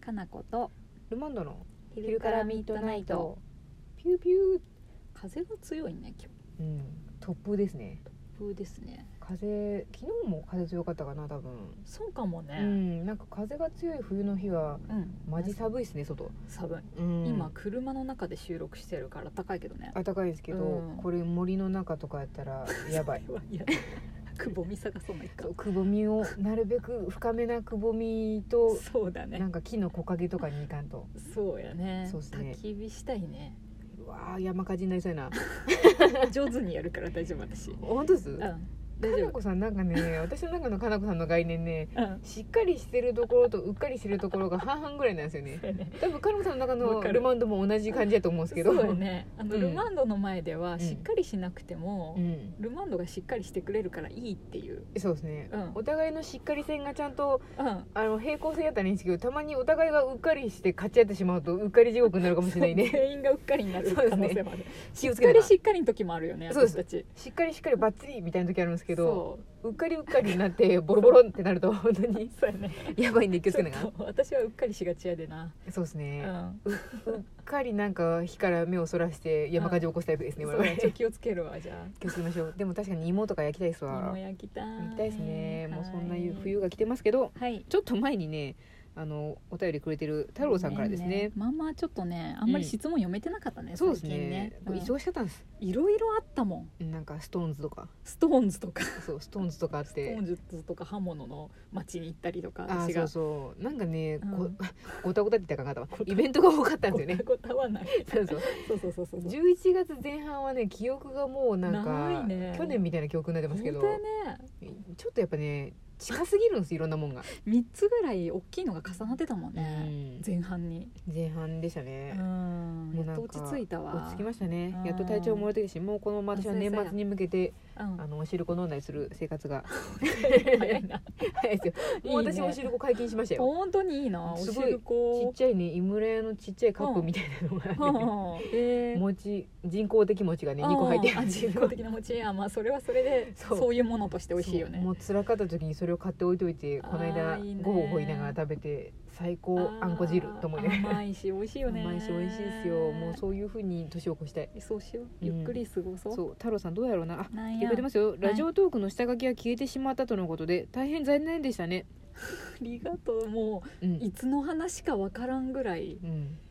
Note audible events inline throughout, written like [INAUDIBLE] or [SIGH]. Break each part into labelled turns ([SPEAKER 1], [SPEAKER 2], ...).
[SPEAKER 1] かなこと
[SPEAKER 2] ルマンドの
[SPEAKER 1] 昼からミッドナイト
[SPEAKER 2] ピューピュー
[SPEAKER 1] 風が強いね今
[SPEAKER 2] うん突風ですね
[SPEAKER 1] 日風ですね
[SPEAKER 2] 風昨日も風強かったかな多分
[SPEAKER 1] そうかも
[SPEAKER 2] う
[SPEAKER 1] ね
[SPEAKER 2] んなんか風が強い冬の日は
[SPEAKER 1] うん、
[SPEAKER 2] マジ寒いですね外、
[SPEAKER 1] 寒い、
[SPEAKER 2] うん
[SPEAKER 1] 今車の中で収録してるから暖かいけどね
[SPEAKER 2] 暖かいですけど、
[SPEAKER 1] うん
[SPEAKER 2] これ森の中とかやっ
[SPEAKER 1] [LAUGHS]
[SPEAKER 2] たらやばい
[SPEAKER 1] いやくぼみ探そうないか
[SPEAKER 2] そうくぼみをなるべく深めなくぼみと
[SPEAKER 1] そうだ
[SPEAKER 2] な
[SPEAKER 1] ね
[SPEAKER 2] んか木の木陰とかに行かんと
[SPEAKER 1] そうやね
[SPEAKER 2] そうっすね
[SPEAKER 1] 焚き火したいね
[SPEAKER 2] うわー山火事になりそうやな
[SPEAKER 1] 上手にやるから大丈夫私 [LAUGHS] うん
[SPEAKER 2] 本当ですか
[SPEAKER 1] 大丈
[SPEAKER 2] なこさんなんかね私の中のかなこさんの概念ね
[SPEAKER 1] 夫うん
[SPEAKER 2] しっかりしてるところとうっかりしてるところが半々ぐらいなんですよね
[SPEAKER 1] そうやね
[SPEAKER 2] 多分かなこさんの中
[SPEAKER 1] わ
[SPEAKER 2] の
[SPEAKER 1] かる
[SPEAKER 2] ルマンドも同じ感じだと思うんですけど
[SPEAKER 1] そうやねあの、
[SPEAKER 2] うん
[SPEAKER 1] ルマンドの前では
[SPEAKER 2] ん
[SPEAKER 1] しっかりしなくても、
[SPEAKER 2] うん
[SPEAKER 1] ルマンドがしっかりしてくれるからいいっていう、
[SPEAKER 2] そうですね、
[SPEAKER 1] うん
[SPEAKER 2] お互いのしっかり線がちゃんと
[SPEAKER 1] うん、
[SPEAKER 2] あの平行線やったらいいんですけどたまにお互いがうっかりして勝ち合ってしまうとうっかり地獄になるかもしれないね
[SPEAKER 1] 全員がうっかりになる可能性もある、
[SPEAKER 2] 気を
[SPEAKER 1] しっか
[SPEAKER 2] つけて
[SPEAKER 1] り
[SPEAKER 2] な
[SPEAKER 1] しっかりの時もあるよね
[SPEAKER 2] そう
[SPEAKER 1] 私
[SPEAKER 2] です
[SPEAKER 1] たち
[SPEAKER 2] しっかりしっかりバッチリみたいな時あるんですけど
[SPEAKER 1] そう
[SPEAKER 2] っかりうっかりになってボロボロってなると本当に
[SPEAKER 1] うそう [LAUGHS] やね
[SPEAKER 2] やばいんで気をつけなが
[SPEAKER 1] ちょっと私はうっかりしがちやでな、
[SPEAKER 2] らそうです
[SPEAKER 1] う
[SPEAKER 2] ね、
[SPEAKER 1] ん、
[SPEAKER 2] うっかりなんか火から目をそらして山火事起こすタイプですね、
[SPEAKER 1] そう
[SPEAKER 2] 我々
[SPEAKER 1] やちょっと気をつけるわじゃ
[SPEAKER 2] 気をつけましょうでも確かに芋とか焼きたいです
[SPEAKER 1] あ
[SPEAKER 2] わ
[SPEAKER 1] 芋焼きたい
[SPEAKER 2] 焼きたいですねもうそんな
[SPEAKER 1] はい
[SPEAKER 2] 冬が来てますけど
[SPEAKER 1] はい
[SPEAKER 2] ちょっと前にねあのお便りくれてる太郎さんからですね
[SPEAKER 1] まあまあちょっとねあんまり質問読めてなかったね、
[SPEAKER 2] そうです
[SPEAKER 1] 最近ね
[SPEAKER 2] ね、
[SPEAKER 1] うん
[SPEAKER 2] 忙しかったんです
[SPEAKER 1] いろいろあったもん
[SPEAKER 2] なんかストーンズとか
[SPEAKER 1] ストーンズとか
[SPEAKER 2] そうストーンズとかあっ
[SPEAKER 1] スト
[SPEAKER 2] て
[SPEAKER 1] ーンズとか刃物の町に行ったりとか
[SPEAKER 2] あ
[SPEAKER 1] 私
[SPEAKER 2] ーそ
[SPEAKER 1] が
[SPEAKER 2] うそうなんかね、
[SPEAKER 1] う
[SPEAKER 2] ご
[SPEAKER 1] ん
[SPEAKER 2] ごたごたって言ったらあかんかった
[SPEAKER 1] ご
[SPEAKER 2] わ
[SPEAKER 1] た
[SPEAKER 2] イベントが多かったんですよね
[SPEAKER 1] ごたごたはない
[SPEAKER 2] そうそう
[SPEAKER 1] そうそうそうそうそう
[SPEAKER 2] 11月前半はね記憶がもうなん
[SPEAKER 1] ない
[SPEAKER 2] か
[SPEAKER 1] ね
[SPEAKER 2] 去年みたいな記憶になってますけ
[SPEAKER 1] 本
[SPEAKER 2] ど
[SPEAKER 1] 当やね
[SPEAKER 2] ちょっとやっぱね近すぎるんですいろんなもんが、
[SPEAKER 1] 3つぐらい大きいのが重なってたもんね、前半に
[SPEAKER 2] 前半でした
[SPEAKER 1] う
[SPEAKER 2] ね、
[SPEAKER 1] ん
[SPEAKER 2] もう
[SPEAKER 1] や
[SPEAKER 2] な
[SPEAKER 1] っ
[SPEAKER 2] ん
[SPEAKER 1] と
[SPEAKER 2] か
[SPEAKER 1] 落ち着いたわ
[SPEAKER 2] 落ち着きましたね
[SPEAKER 1] うん
[SPEAKER 2] やっと体調も戻ってきたしもうこのまま私は年末に向けて [LAUGHS]
[SPEAKER 1] うん
[SPEAKER 2] あのお汁粉飲んだりする生活が
[SPEAKER 1] 早 [LAUGHS] いな
[SPEAKER 2] 早いですよもう私もお汁粉解禁しましたよ
[SPEAKER 1] 本当にいいなおし
[SPEAKER 2] すご
[SPEAKER 1] る
[SPEAKER 2] いちっ
[SPEAKER 1] こ
[SPEAKER 2] ちゃいね井村屋のちっちゃいカップみたいなのがあってね
[SPEAKER 1] うん [LAUGHS] えー
[SPEAKER 2] 餅人工的餅がね2個入って
[SPEAKER 1] うんあ人工的な餅あまあそれはそれでそ
[SPEAKER 2] そうう
[SPEAKER 1] いうものとして美味しいよね
[SPEAKER 2] そうもう辛かった時にそれを買って置いといて
[SPEAKER 1] あー
[SPEAKER 2] この間
[SPEAKER 1] いいね
[SPEAKER 2] ごほごほ言いながら食べて最高あんこ汁と思いなが
[SPEAKER 1] あー
[SPEAKER 2] ら
[SPEAKER 1] 甘いし美味しいよね
[SPEAKER 2] 毎週美味しいですよもうそういう風に年を越したい
[SPEAKER 1] そうしようゆっくり過ごそう、
[SPEAKER 2] そう太郎さんどうやろうなあ
[SPEAKER 1] なん
[SPEAKER 2] 言
[SPEAKER 1] や
[SPEAKER 2] ってくれてますよ、
[SPEAKER 1] い
[SPEAKER 2] ラジオトークの下書きが消えてしまったとのことで大変残念でしたね
[SPEAKER 1] ありがとうも
[SPEAKER 2] う、
[SPEAKER 1] うんいつの話かわからんぐらい
[SPEAKER 2] うん、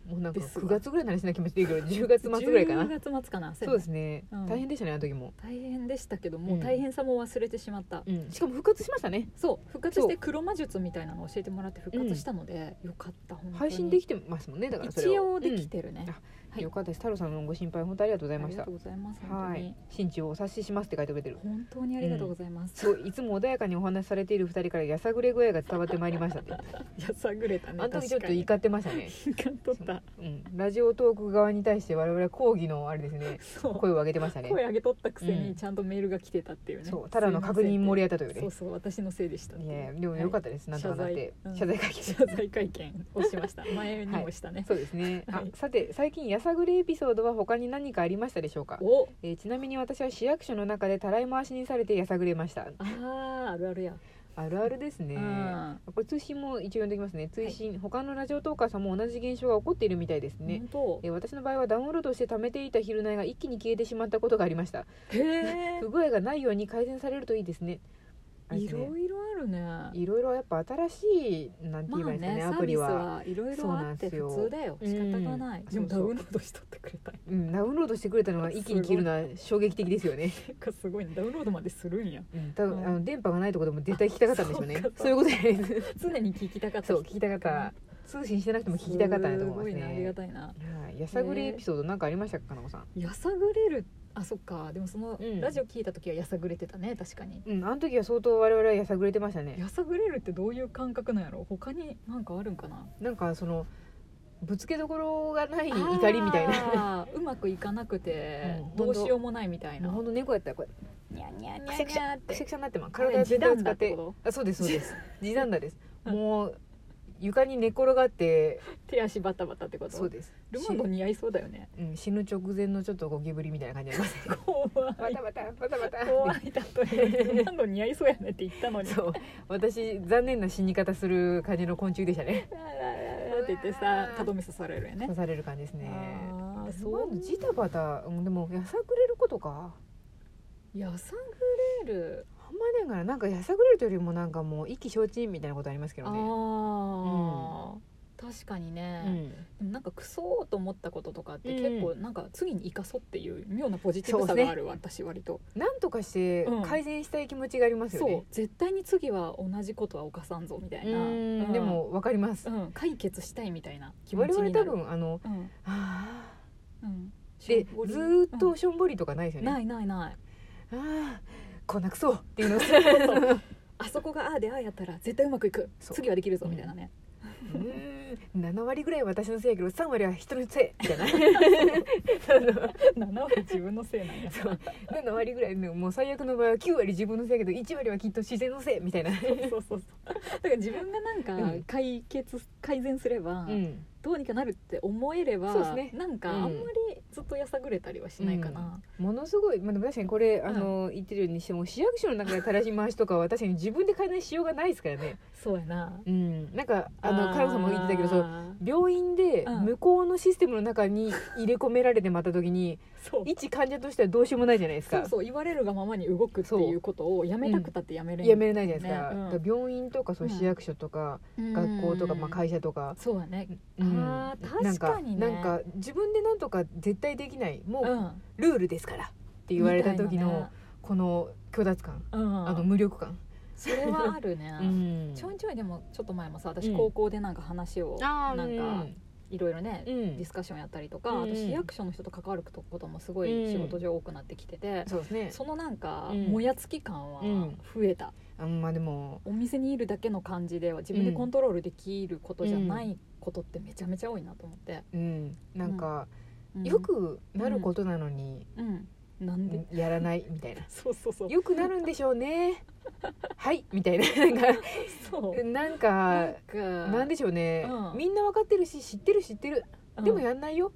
[SPEAKER 2] もうなんか
[SPEAKER 1] ですが
[SPEAKER 2] 9月ぐらいの話な気持ちでいいけど10月末ぐらいかな
[SPEAKER 1] 10月末かな
[SPEAKER 2] そうですね、
[SPEAKER 1] うん
[SPEAKER 2] 大変でしたねあの時も、
[SPEAKER 1] 大変でしたけどもううん大変さも忘れてしまった、
[SPEAKER 2] うん、しかも復活しましたね
[SPEAKER 1] そう復活して黒魔術みたいなのを教えてもらって復活したので、よかった本当に
[SPEAKER 2] 配信できてますもんねだからそれを
[SPEAKER 1] 一応でき、てるね、
[SPEAKER 2] うん
[SPEAKER 1] は
[SPEAKER 2] うん
[SPEAKER 1] い
[SPEAKER 2] よかったです太郎さんのご心配本当ありがとうござい
[SPEAKER 1] あ
[SPEAKER 2] ま
[SPEAKER 1] り
[SPEAKER 2] し
[SPEAKER 1] が
[SPEAKER 2] た
[SPEAKER 1] とうございます本当
[SPEAKER 2] は
[SPEAKER 1] に、
[SPEAKER 2] い心中をお察ししますって書いてくれてる
[SPEAKER 1] 本当にありがとうございます、
[SPEAKER 2] そういつも穏やかにお話しされている二人からやさぐれ具合が伝わってまいりましたって
[SPEAKER 1] い [LAUGHS] やさぐれたね
[SPEAKER 2] あの時ちょっと
[SPEAKER 1] 確
[SPEAKER 2] 怒ってましたね
[SPEAKER 1] かに怒っとった
[SPEAKER 2] うん、ラジオトーク側に対して我々抗議のあれですね
[SPEAKER 1] そう
[SPEAKER 2] 声を上げてましたね
[SPEAKER 1] 声上げとったくせ
[SPEAKER 2] う
[SPEAKER 1] に
[SPEAKER 2] ん
[SPEAKER 1] ちゃんとメールが来てたっていうね、
[SPEAKER 2] そうただの確認盛り
[SPEAKER 1] り
[SPEAKER 2] 合ったという
[SPEAKER 1] そ
[SPEAKER 2] ね
[SPEAKER 1] うそう私のせいでしたって
[SPEAKER 2] い
[SPEAKER 1] いう
[SPEAKER 2] やでもよかったです、なんとかなって
[SPEAKER 1] 謝罪うん
[SPEAKER 2] 謝罪会見、
[SPEAKER 1] 謝罪会見をしま
[SPEAKER 2] [LAUGHS]
[SPEAKER 1] した前にもしたね、
[SPEAKER 2] そうですね、
[SPEAKER 1] はい
[SPEAKER 2] あさて最近やさぐれエピソードは他に何かありましたでしょうか、
[SPEAKER 1] お
[SPEAKER 2] えーちなみに私は市役所の中でたらい回しにされてやさぐれました
[SPEAKER 1] あーあるあるや、
[SPEAKER 2] あるあるですね、
[SPEAKER 1] うん
[SPEAKER 2] これ通信も一応読んでおきますね通信、他のラジオトーカーさんも同じ現象が起こっているみたいですね、
[SPEAKER 1] 本
[SPEAKER 2] えー私の場合はダウンロードして貯めていた昼寝が一気に消えてしまったことがありました
[SPEAKER 1] 当へ
[SPEAKER 2] 不具合がないように改善されるといいですねあ
[SPEAKER 1] え
[SPEAKER 2] れで
[SPEAKER 1] い
[SPEAKER 2] すね
[SPEAKER 1] ろいろあるね
[SPEAKER 2] いろいろやっぱ新しいなんて
[SPEAKER 1] まあ
[SPEAKER 2] 言えばいいんですかね,、
[SPEAKER 1] ねサ
[SPEAKER 2] ア
[SPEAKER 1] ー
[SPEAKER 2] プ
[SPEAKER 1] ビ
[SPEAKER 2] リ
[SPEAKER 1] ス
[SPEAKER 2] は
[SPEAKER 1] はいろいろあって普通だよ
[SPEAKER 2] そう
[SPEAKER 1] 仕
[SPEAKER 2] なんですよ
[SPEAKER 1] 方がない、
[SPEAKER 2] うん
[SPEAKER 1] でもダ
[SPEAKER 2] そうそう
[SPEAKER 1] ウンロードしとってくれた
[SPEAKER 2] うん、ダウンロードしてくれたのが一気に消えるのは衝撃的ですよね、
[SPEAKER 1] なんかすごいねダウンロードまでするんや
[SPEAKER 2] うん、多分、
[SPEAKER 1] うん
[SPEAKER 2] あの電波がないところでも絶対聞きたかったんでしょうね
[SPEAKER 1] あそうか
[SPEAKER 2] そういうことじゃないです [LAUGHS]
[SPEAKER 1] 常に聞きたかった
[SPEAKER 2] そう聞きたかった通信してなくても聞きたかったんやと思います
[SPEAKER 1] すごいねありが
[SPEAKER 2] ね
[SPEAKER 1] たいな
[SPEAKER 2] はい、やさぐれエピソードなんかありましたかかなこさん
[SPEAKER 1] やさぐれるあそっかでもその
[SPEAKER 2] うん
[SPEAKER 1] ラジオ聞いた時はやさぐれてたね確かに
[SPEAKER 2] うん、あの時は相当我々はやさぐれてましたね
[SPEAKER 1] やさぐれるってどういう感覚なんやろ他になんかあるんかな
[SPEAKER 2] なんかそのぶつけどころがない怒りみたいな
[SPEAKER 1] な
[SPEAKER 2] [LAUGHS]
[SPEAKER 1] うまくいかなくて
[SPEAKER 2] うん
[SPEAKER 1] どうしようもないみたい
[SPEAKER 2] も
[SPEAKER 1] な
[SPEAKER 2] うほんと猫やったらこれ
[SPEAKER 1] にゃにゃに
[SPEAKER 2] くしゃくしゃ
[SPEAKER 1] っ
[SPEAKER 2] くしゃ
[SPEAKER 1] て
[SPEAKER 2] くしゃになってます体全体を使っ
[SPEAKER 1] 地
[SPEAKER 2] て
[SPEAKER 1] 団打ってこ
[SPEAKER 2] あそうですそうです地団打
[SPEAKER 1] [LAUGHS]
[SPEAKER 2] です
[SPEAKER 1] うん
[SPEAKER 2] もう床に寝転がって
[SPEAKER 1] 手足バタバタってこと
[SPEAKER 2] そうです
[SPEAKER 1] ルマンド似合いそうだよね
[SPEAKER 2] しうん、死ぬ直前のちょっとゴキブリみたいな感じあります
[SPEAKER 1] [LAUGHS] 怖
[SPEAKER 2] バ
[SPEAKER 1] い
[SPEAKER 2] タバタバタバタ
[SPEAKER 1] 怖い例えルマンド似合いそうやねって言ったのに
[SPEAKER 2] そう私残念な死に方する感じの昆虫でしたね
[SPEAKER 1] あららららって言ってさ
[SPEAKER 2] うわー
[SPEAKER 1] たどめ刺されるよね
[SPEAKER 2] 刺される感じですね
[SPEAKER 1] あー
[SPEAKER 2] そ
[SPEAKER 1] そう
[SPEAKER 2] うジタバタうんでもやさぐれることか
[SPEAKER 1] やさぐれる、
[SPEAKER 2] あんまりないからなんかやさぐれるというよりもなんかもう意気消沈みたいなことありますけ
[SPEAKER 1] あ
[SPEAKER 2] どね
[SPEAKER 1] あ、確かに
[SPEAKER 2] う
[SPEAKER 1] ね、
[SPEAKER 2] ん
[SPEAKER 1] でもなんかクソーと思ったこととかって
[SPEAKER 2] うん
[SPEAKER 1] 結構なんか次に生かそうっていう妙なポジティブさ
[SPEAKER 2] そうね
[SPEAKER 1] がある、私割と
[SPEAKER 2] なんとかして
[SPEAKER 1] うん
[SPEAKER 2] 改善したい気持ちがありますよ
[SPEAKER 1] そう
[SPEAKER 2] ね
[SPEAKER 1] 絶対に次は同じことは犯さんぞみたいな、
[SPEAKER 2] う
[SPEAKER 1] うんん
[SPEAKER 2] で、もわかります
[SPEAKER 1] うん、解決したいみたいな気持
[SPEAKER 2] 我
[SPEAKER 1] ち
[SPEAKER 2] 々
[SPEAKER 1] にな
[SPEAKER 2] 多
[SPEAKER 1] る
[SPEAKER 2] 分あの
[SPEAKER 1] うん
[SPEAKER 2] あ
[SPEAKER 1] うん、
[SPEAKER 2] ー
[SPEAKER 1] し
[SPEAKER 2] で
[SPEAKER 1] ょんぼり
[SPEAKER 2] ずーっとしょんぼりとかないです
[SPEAKER 1] う
[SPEAKER 2] よ
[SPEAKER 1] んない
[SPEAKER 2] ね
[SPEAKER 1] ないない
[SPEAKER 2] ああこんなクソっていうの
[SPEAKER 1] あそこがああでああやったら絶対うまくいく
[SPEAKER 2] そう
[SPEAKER 1] 次はできるぞみたいなね、
[SPEAKER 2] うん7割ぐらい私のせいやけど3割は人のせいみたいな
[SPEAKER 1] 7割自分のせいなんや
[SPEAKER 2] そう7割ぐらいのもう最悪の場合は9割自分のせいやけど1割はきっと自然のせいみたいな、
[SPEAKER 1] そうそうそうだから自分がなんか
[SPEAKER 2] うん
[SPEAKER 1] 解決改善すれば
[SPEAKER 2] うん、
[SPEAKER 1] どうにかなるって思えれば、
[SPEAKER 2] そうですね
[SPEAKER 1] なんか
[SPEAKER 2] う
[SPEAKER 1] あ
[SPEAKER 2] ん
[SPEAKER 1] んまりずっとやさぐれたりはしないかな、
[SPEAKER 2] ものすごい、まあ、でも確かにこれあの、言ってるようにしても市役所の中で垂らし回しとかは確かに自分で改善しようがないですからね、
[SPEAKER 1] そうやな
[SPEAKER 2] うん、なんかあのカロさんも言ってたけどそう
[SPEAKER 1] あ
[SPEAKER 2] 病院で
[SPEAKER 1] うん
[SPEAKER 2] 向こうのシステムの中に入れ込められてまた時に、
[SPEAKER 1] ーそう
[SPEAKER 2] 一患者としてはどうしようもないじゃないです
[SPEAKER 1] そ
[SPEAKER 2] か
[SPEAKER 1] うそう言われるがままに動くっていうことをやめたくたってやめれん
[SPEAKER 2] やめれないじゃないですか,、
[SPEAKER 1] ねうん
[SPEAKER 2] だから病院とかそう
[SPEAKER 1] うん
[SPEAKER 2] 市役所とか、
[SPEAKER 1] うん
[SPEAKER 2] 学校とか、まあ、会社とか、
[SPEAKER 1] そうやねあー
[SPEAKER 2] なん
[SPEAKER 1] 確かにね
[SPEAKER 2] なんか自分でなんとか絶対できないも
[SPEAKER 1] う
[SPEAKER 2] うん
[SPEAKER 1] っ
[SPEAKER 2] ルールですからって言われた時のこの虚脱感、
[SPEAKER 1] うん、
[SPEAKER 2] あの無力感、
[SPEAKER 1] それはあるね、
[SPEAKER 2] [LAUGHS] うん
[SPEAKER 1] ちょいちょいでもちょっと前もさ
[SPEAKER 2] う
[SPEAKER 1] 私
[SPEAKER 2] ん
[SPEAKER 1] 高校でなんか話を
[SPEAKER 2] あー
[SPEAKER 1] なんかいろいろね
[SPEAKER 2] うんうん
[SPEAKER 1] ディスカッションやったりとか、
[SPEAKER 2] うん
[SPEAKER 1] あと市役所の人と関わることもすご
[SPEAKER 2] う
[SPEAKER 1] い
[SPEAKER 2] ん
[SPEAKER 1] 仕事上多くなってきてて、
[SPEAKER 2] そうですね
[SPEAKER 1] そのなんか
[SPEAKER 2] うん
[SPEAKER 1] もやつき感は
[SPEAKER 2] うん
[SPEAKER 1] 増えた、
[SPEAKER 2] あんまあでも
[SPEAKER 1] お店にいるだけの感じでは自分でコントロールできることじゃないことってめちゃめちゃ多いなと思って、
[SPEAKER 2] うんなんか、
[SPEAKER 1] うん
[SPEAKER 2] よ、くなることなのに、
[SPEAKER 1] うん、なんで、
[SPEAKER 2] やらないみたいな
[SPEAKER 1] そう [LAUGHS] そうそう
[SPEAKER 2] よくなるんでしょう
[SPEAKER 1] [LAUGHS]
[SPEAKER 2] ねはいみたいななんか
[SPEAKER 1] そう
[SPEAKER 2] なんか
[SPEAKER 1] か
[SPEAKER 2] なんでしょうね、
[SPEAKER 1] うん
[SPEAKER 2] みんなわかってるし知ってる知ってる
[SPEAKER 1] うん
[SPEAKER 2] でもやんないよ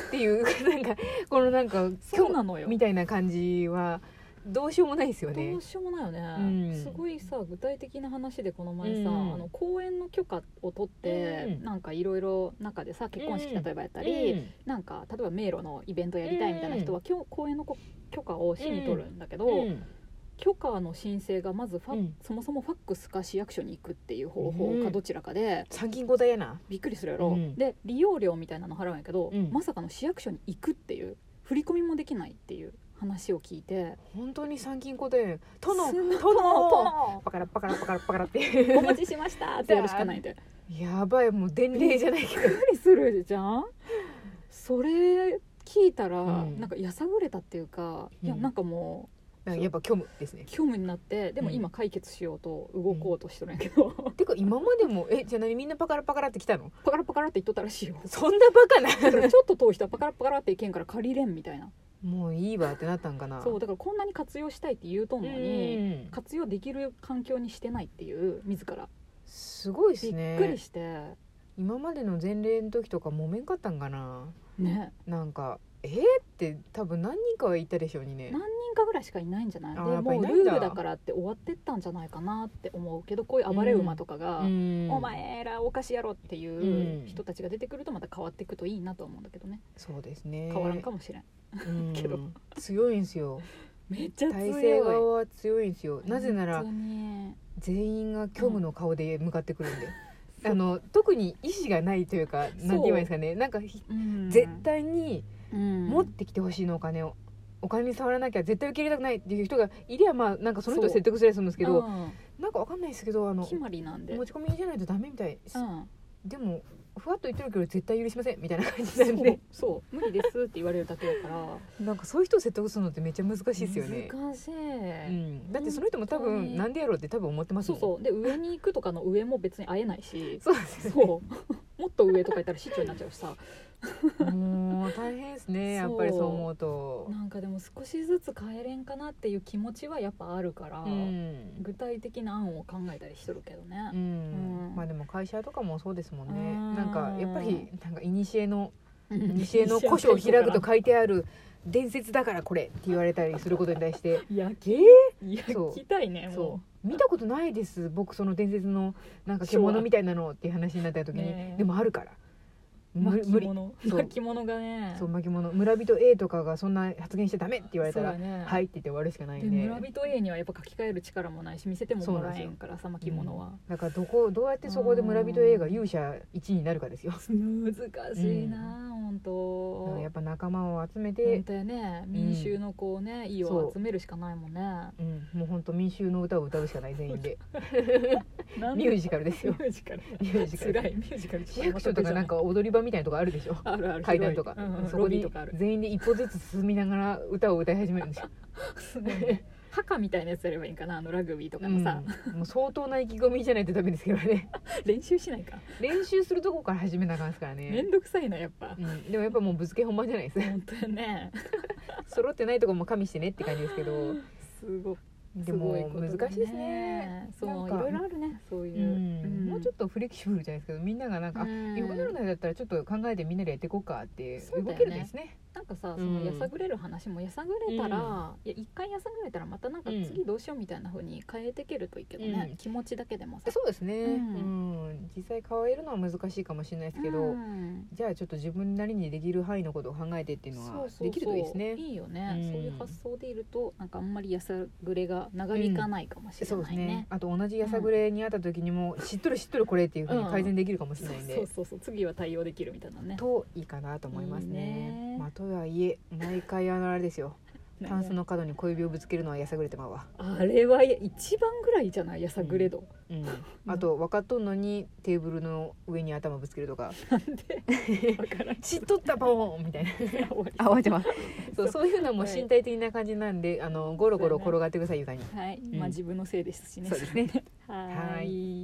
[SPEAKER 2] っていうなんかこのなんか
[SPEAKER 1] そうなのよ
[SPEAKER 2] みたいな感じはどうしようもないですよ
[SPEAKER 1] ど
[SPEAKER 2] ね
[SPEAKER 1] う。しようもないよね、
[SPEAKER 2] うん
[SPEAKER 1] すごいさ具体的な話でこの前さ、
[SPEAKER 2] うん
[SPEAKER 1] あの公園の許可を取って、
[SPEAKER 2] うん
[SPEAKER 1] なんかいろいろ中でさ結婚式
[SPEAKER 2] うん
[SPEAKER 1] 例えばやったり、
[SPEAKER 2] うん
[SPEAKER 1] なんか例えば迷路のイベントやりたいみたいな人は、今日公園のこ許可を市に取るんだけど、
[SPEAKER 2] うん
[SPEAKER 1] 許可の申請がまずファ、
[SPEAKER 2] うん
[SPEAKER 1] そもそもファックスか市役所に行くっていう方法
[SPEAKER 2] う
[SPEAKER 1] か
[SPEAKER 2] ん
[SPEAKER 1] どちらかで、
[SPEAKER 2] 参勤交代やな。
[SPEAKER 1] びっくりするやろ、
[SPEAKER 2] うん
[SPEAKER 1] で利用料みたいなの払うんやけど、
[SPEAKER 2] うん
[SPEAKER 1] まさかの市役所に行くっていう振り込みもできないっていう話を聞いて
[SPEAKER 2] 本当に参勤交代やね。殿
[SPEAKER 1] すんごい
[SPEAKER 2] 殿
[SPEAKER 1] 殿
[SPEAKER 2] パカラパカラパカラパカラっ
[SPEAKER 1] [LAUGHS] お
[SPEAKER 2] て。
[SPEAKER 1] 待ちしましたってやるしかないんで
[SPEAKER 2] やばいもう伝令じゃないけど。
[SPEAKER 1] びっくりするじゃんそれ聞いたら、
[SPEAKER 2] うん
[SPEAKER 1] なんかやさぐれたっていうか、
[SPEAKER 2] うん
[SPEAKER 1] いやなんかも
[SPEAKER 2] なんかやっぱ虚無ですね
[SPEAKER 1] う。虚無になってでも今解決しようと動こうとしてるんやけど、
[SPEAKER 2] てか今までもえじゃあ何みんなパカラパカラって来たの？
[SPEAKER 1] パカラパカラって言っとったらしいよ
[SPEAKER 2] そんなバカな。
[SPEAKER 1] だからちょっと遠い人はパカラパカラっていけんから借りれんみたいな
[SPEAKER 2] もういいわってなったんかな。
[SPEAKER 1] そうだからこんなに活用したいって言うとん
[SPEAKER 2] う
[SPEAKER 1] のに
[SPEAKER 2] ん。
[SPEAKER 1] 活用できる環境にしてないっていう自ら
[SPEAKER 2] すごいで
[SPEAKER 1] び
[SPEAKER 2] す
[SPEAKER 1] っく
[SPEAKER 2] ね
[SPEAKER 1] り。してね
[SPEAKER 2] 今までの前例の時とか揉めんかったんかな。なんか「えー?」って多分何人かは言ったでしょうにね
[SPEAKER 1] 何人かぐらいしかいないんじゃないで
[SPEAKER 2] あーやっ
[SPEAKER 1] も
[SPEAKER 2] ぱいうない
[SPEAKER 1] ル
[SPEAKER 2] んだ
[SPEAKER 1] ールだからって終わってったんじゃないかなって思うけどこういう暴れ馬とかが、
[SPEAKER 2] うん
[SPEAKER 1] お前らおかしやろって
[SPEAKER 2] う
[SPEAKER 1] い
[SPEAKER 2] ん
[SPEAKER 1] う人たちが出てくるとまた変わっていくといいなと思うんだけどね
[SPEAKER 2] そうですね
[SPEAKER 1] 変わらんかもしれん、
[SPEAKER 2] うん
[SPEAKER 1] けど
[SPEAKER 2] 強いんすよ
[SPEAKER 1] めっちゃ
[SPEAKER 2] 体
[SPEAKER 1] [LAUGHS] 強
[SPEAKER 2] 制側
[SPEAKER 1] い
[SPEAKER 2] は強いんすよなぜなら
[SPEAKER 1] 本当に
[SPEAKER 2] 全員が虚無の顔で向かってくるんで、
[SPEAKER 1] そう
[SPEAKER 2] [LAUGHS] あの特に意志がないというか
[SPEAKER 1] そう
[SPEAKER 2] なんて言えばいいんですかねなんかひ、
[SPEAKER 1] うん
[SPEAKER 2] 絶対に
[SPEAKER 1] うん
[SPEAKER 2] 持ってきてほしいのお金を。お金に触らなきゃ絶対受け入れたくないっていう人がいりゃまあなんかその人を
[SPEAKER 1] そう
[SPEAKER 2] 説得するやつんですけど
[SPEAKER 1] うん
[SPEAKER 2] なんかわかんないですけどあの
[SPEAKER 1] 決まりなんで、う
[SPEAKER 2] 持
[SPEAKER 1] ん、
[SPEAKER 2] ち込みじゃないとダメみたいで
[SPEAKER 1] そ
[SPEAKER 2] す、 [LAUGHS] でもふわっと言ってるけど絶対許しませんみたいな感じなんで
[SPEAKER 1] うそう無理ですって言われるだけだか
[SPEAKER 2] [LAUGHS]
[SPEAKER 1] ら
[SPEAKER 2] なんかそういう人を説得するのってめっちゃ難しいですよね。
[SPEAKER 1] 難しい、
[SPEAKER 2] うん、だってその人も多
[SPEAKER 1] 本当
[SPEAKER 2] 分
[SPEAKER 1] に
[SPEAKER 2] なんでやろうって多分思ってます
[SPEAKER 1] そう
[SPEAKER 2] もん。う
[SPEAKER 1] そうで上に行くとかの上も別に会えないし
[SPEAKER 2] そうですよ
[SPEAKER 1] そうもっと上とかいったら市長になっちゃうしさ
[SPEAKER 2] ね。もう大変ですね。や
[SPEAKER 1] そう
[SPEAKER 2] っぱりそう思うと。
[SPEAKER 1] なんかでも少しずつ変えれんかなっていう気持ちはやっぱあるから、
[SPEAKER 2] うん。
[SPEAKER 1] 具体的な案を考えたりしてるけどね、
[SPEAKER 2] うん
[SPEAKER 1] うん
[SPEAKER 2] まあでも会社とかもそうですもんね
[SPEAKER 1] うん
[SPEAKER 2] なんかやっぱりなんか古の
[SPEAKER 1] うん
[SPEAKER 2] 古の古書を開くと書いてある伝説だからこれって言われたりすることに対して
[SPEAKER 1] 「やけいや
[SPEAKER 2] そう
[SPEAKER 1] 聞きたいね
[SPEAKER 2] そ
[SPEAKER 1] も
[SPEAKER 2] う見たことないです僕その伝説のなんか
[SPEAKER 1] そう
[SPEAKER 2] 獣みたいなのっていう話になった時に、
[SPEAKER 1] ねえ
[SPEAKER 2] でもあるから
[SPEAKER 1] う
[SPEAKER 2] む
[SPEAKER 1] 巻
[SPEAKER 2] 無理
[SPEAKER 1] 物
[SPEAKER 2] そう
[SPEAKER 1] 巻物がね
[SPEAKER 2] そう巻物村人 A とかがそんな発言しちゃダメって言われたら、
[SPEAKER 1] そうだね
[SPEAKER 2] はいって言って終わるしかない
[SPEAKER 1] で
[SPEAKER 2] んで
[SPEAKER 1] 村人 A にはやっぱ書き換える力もないし見せてももらえんからさ巻物は、
[SPEAKER 2] だからどこどうやってそこで村人 A が勇者1位になるかですよ
[SPEAKER 1] 難しいな、本
[SPEAKER 2] だからやっ
[SPEAKER 1] 当
[SPEAKER 2] ぱ仲間を集め
[SPEAKER 1] 本
[SPEAKER 2] て、
[SPEAKER 1] 当やね民衆のこうね、意を集めるしかないもんね
[SPEAKER 2] うん、もうほんと民衆の歌を歌うしかない全員で
[SPEAKER 1] なん
[SPEAKER 2] ミュージカルですよ
[SPEAKER 1] ミュージカル
[SPEAKER 2] ミュージカ
[SPEAKER 1] 辛
[SPEAKER 2] ル
[SPEAKER 1] いミュージカル
[SPEAKER 2] 市役所とかなんか踊り場みたいなとこあるでしょ
[SPEAKER 1] あるある
[SPEAKER 2] 階段とか、
[SPEAKER 1] 広いうんうん
[SPEAKER 2] そ
[SPEAKER 1] ロ
[SPEAKER 2] こ
[SPEAKER 1] ビー
[SPEAKER 2] に
[SPEAKER 1] とかある
[SPEAKER 2] 全員で一歩ずつ進みながら歌を歌い始めるんで
[SPEAKER 1] [LAUGHS]
[SPEAKER 2] すよ
[SPEAKER 1] すごいね [LAUGHS] 墓みたいなやつやればいいんかなあのラグビーとかのさ、
[SPEAKER 2] うんもう相当な意気込みじゃないとダメですけ
[SPEAKER 1] [LAUGHS]
[SPEAKER 2] どね
[SPEAKER 1] 練習しないか
[SPEAKER 2] 練習するとこから始めなあかんですから
[SPEAKER 1] め
[SPEAKER 2] ね、
[SPEAKER 1] んどくさいなやっぱ
[SPEAKER 2] うん、でもやっぱもうぶつけ本番じゃないです
[SPEAKER 1] 本当やね
[SPEAKER 2] [LAUGHS] 揃ってないとこも加味してねって感じですけど
[SPEAKER 1] すごい
[SPEAKER 2] で
[SPEAKER 1] す
[SPEAKER 2] も
[SPEAKER 1] ごいことだ
[SPEAKER 2] 難しいですね
[SPEAKER 1] そうい
[SPEAKER 2] なんか
[SPEAKER 1] ろいろあるねそう
[SPEAKER 2] う
[SPEAKER 1] い
[SPEAKER 2] ん
[SPEAKER 1] う、
[SPEAKER 2] もうちょ
[SPEAKER 1] っ
[SPEAKER 2] っとフレキシブルじゃないですけどみんながなんか、あ横なるのだったらちょっと考えてみんなでやっていこうかって
[SPEAKER 1] そうだよね
[SPEAKER 2] 動けるんですね
[SPEAKER 1] なんかさ
[SPEAKER 2] ん
[SPEAKER 1] そのやさぐれる話もやさぐれたら、いや一回やさぐれたらまたなんか
[SPEAKER 2] うん
[SPEAKER 1] 次どうしようみたいな風に変えていけるといいけどね、
[SPEAKER 2] うん
[SPEAKER 1] 気持ちだけでもさ
[SPEAKER 2] そうですね、う
[SPEAKER 1] うん
[SPEAKER 2] ん実際変えるのは難しいかもしれないですけど、
[SPEAKER 1] うん
[SPEAKER 2] じゃあちょっと自分なりにできる範囲のことを考えてっていうの
[SPEAKER 1] そ
[SPEAKER 2] は
[SPEAKER 1] うそう
[SPEAKER 2] できるといいですね
[SPEAKER 1] いいよね、
[SPEAKER 2] うん
[SPEAKER 1] そういう発想でいるとなんかあんまりやさぐれが長引かないかもしれ
[SPEAKER 2] そうで
[SPEAKER 1] な
[SPEAKER 2] す
[SPEAKER 1] い
[SPEAKER 2] ね
[SPEAKER 1] ね。
[SPEAKER 2] あと同じやさぐれにあった時にも知っとる知っとるこれっていうふうに改善できるかもしれないんで、
[SPEAKER 1] そうそうそう次は対応できるみたいなね。
[SPEAKER 2] といいかなと思いますね
[SPEAKER 1] いいね
[SPEAKER 2] まあ、とはいえ毎回あのあれで
[SPEAKER 1] [LAUGHS]
[SPEAKER 2] すよ
[SPEAKER 1] ね
[SPEAKER 2] タンスの角に小指をぶつけるのはやさぐれてまうわ、
[SPEAKER 1] あれは一番ぐらいじゃないやさぐれ度。
[SPEAKER 2] うん、あと分かっとんのにテーブルの上に頭ぶつけると
[SPEAKER 1] [LAUGHS]
[SPEAKER 2] か
[SPEAKER 1] なんでわ [LAUGHS] からん。
[SPEAKER 2] 知っとったポーンみたいな
[SPEAKER 1] 終わり
[SPEAKER 2] あ
[SPEAKER 1] [LAUGHS]
[SPEAKER 2] わちゃわそうそういうのも身体的な感じなんであのゴロゴロ転がってください床に
[SPEAKER 1] はい、
[SPEAKER 2] ん
[SPEAKER 1] まあ自分のせいですしね。
[SPEAKER 2] そうですね
[SPEAKER 1] [LAUGHS] はーい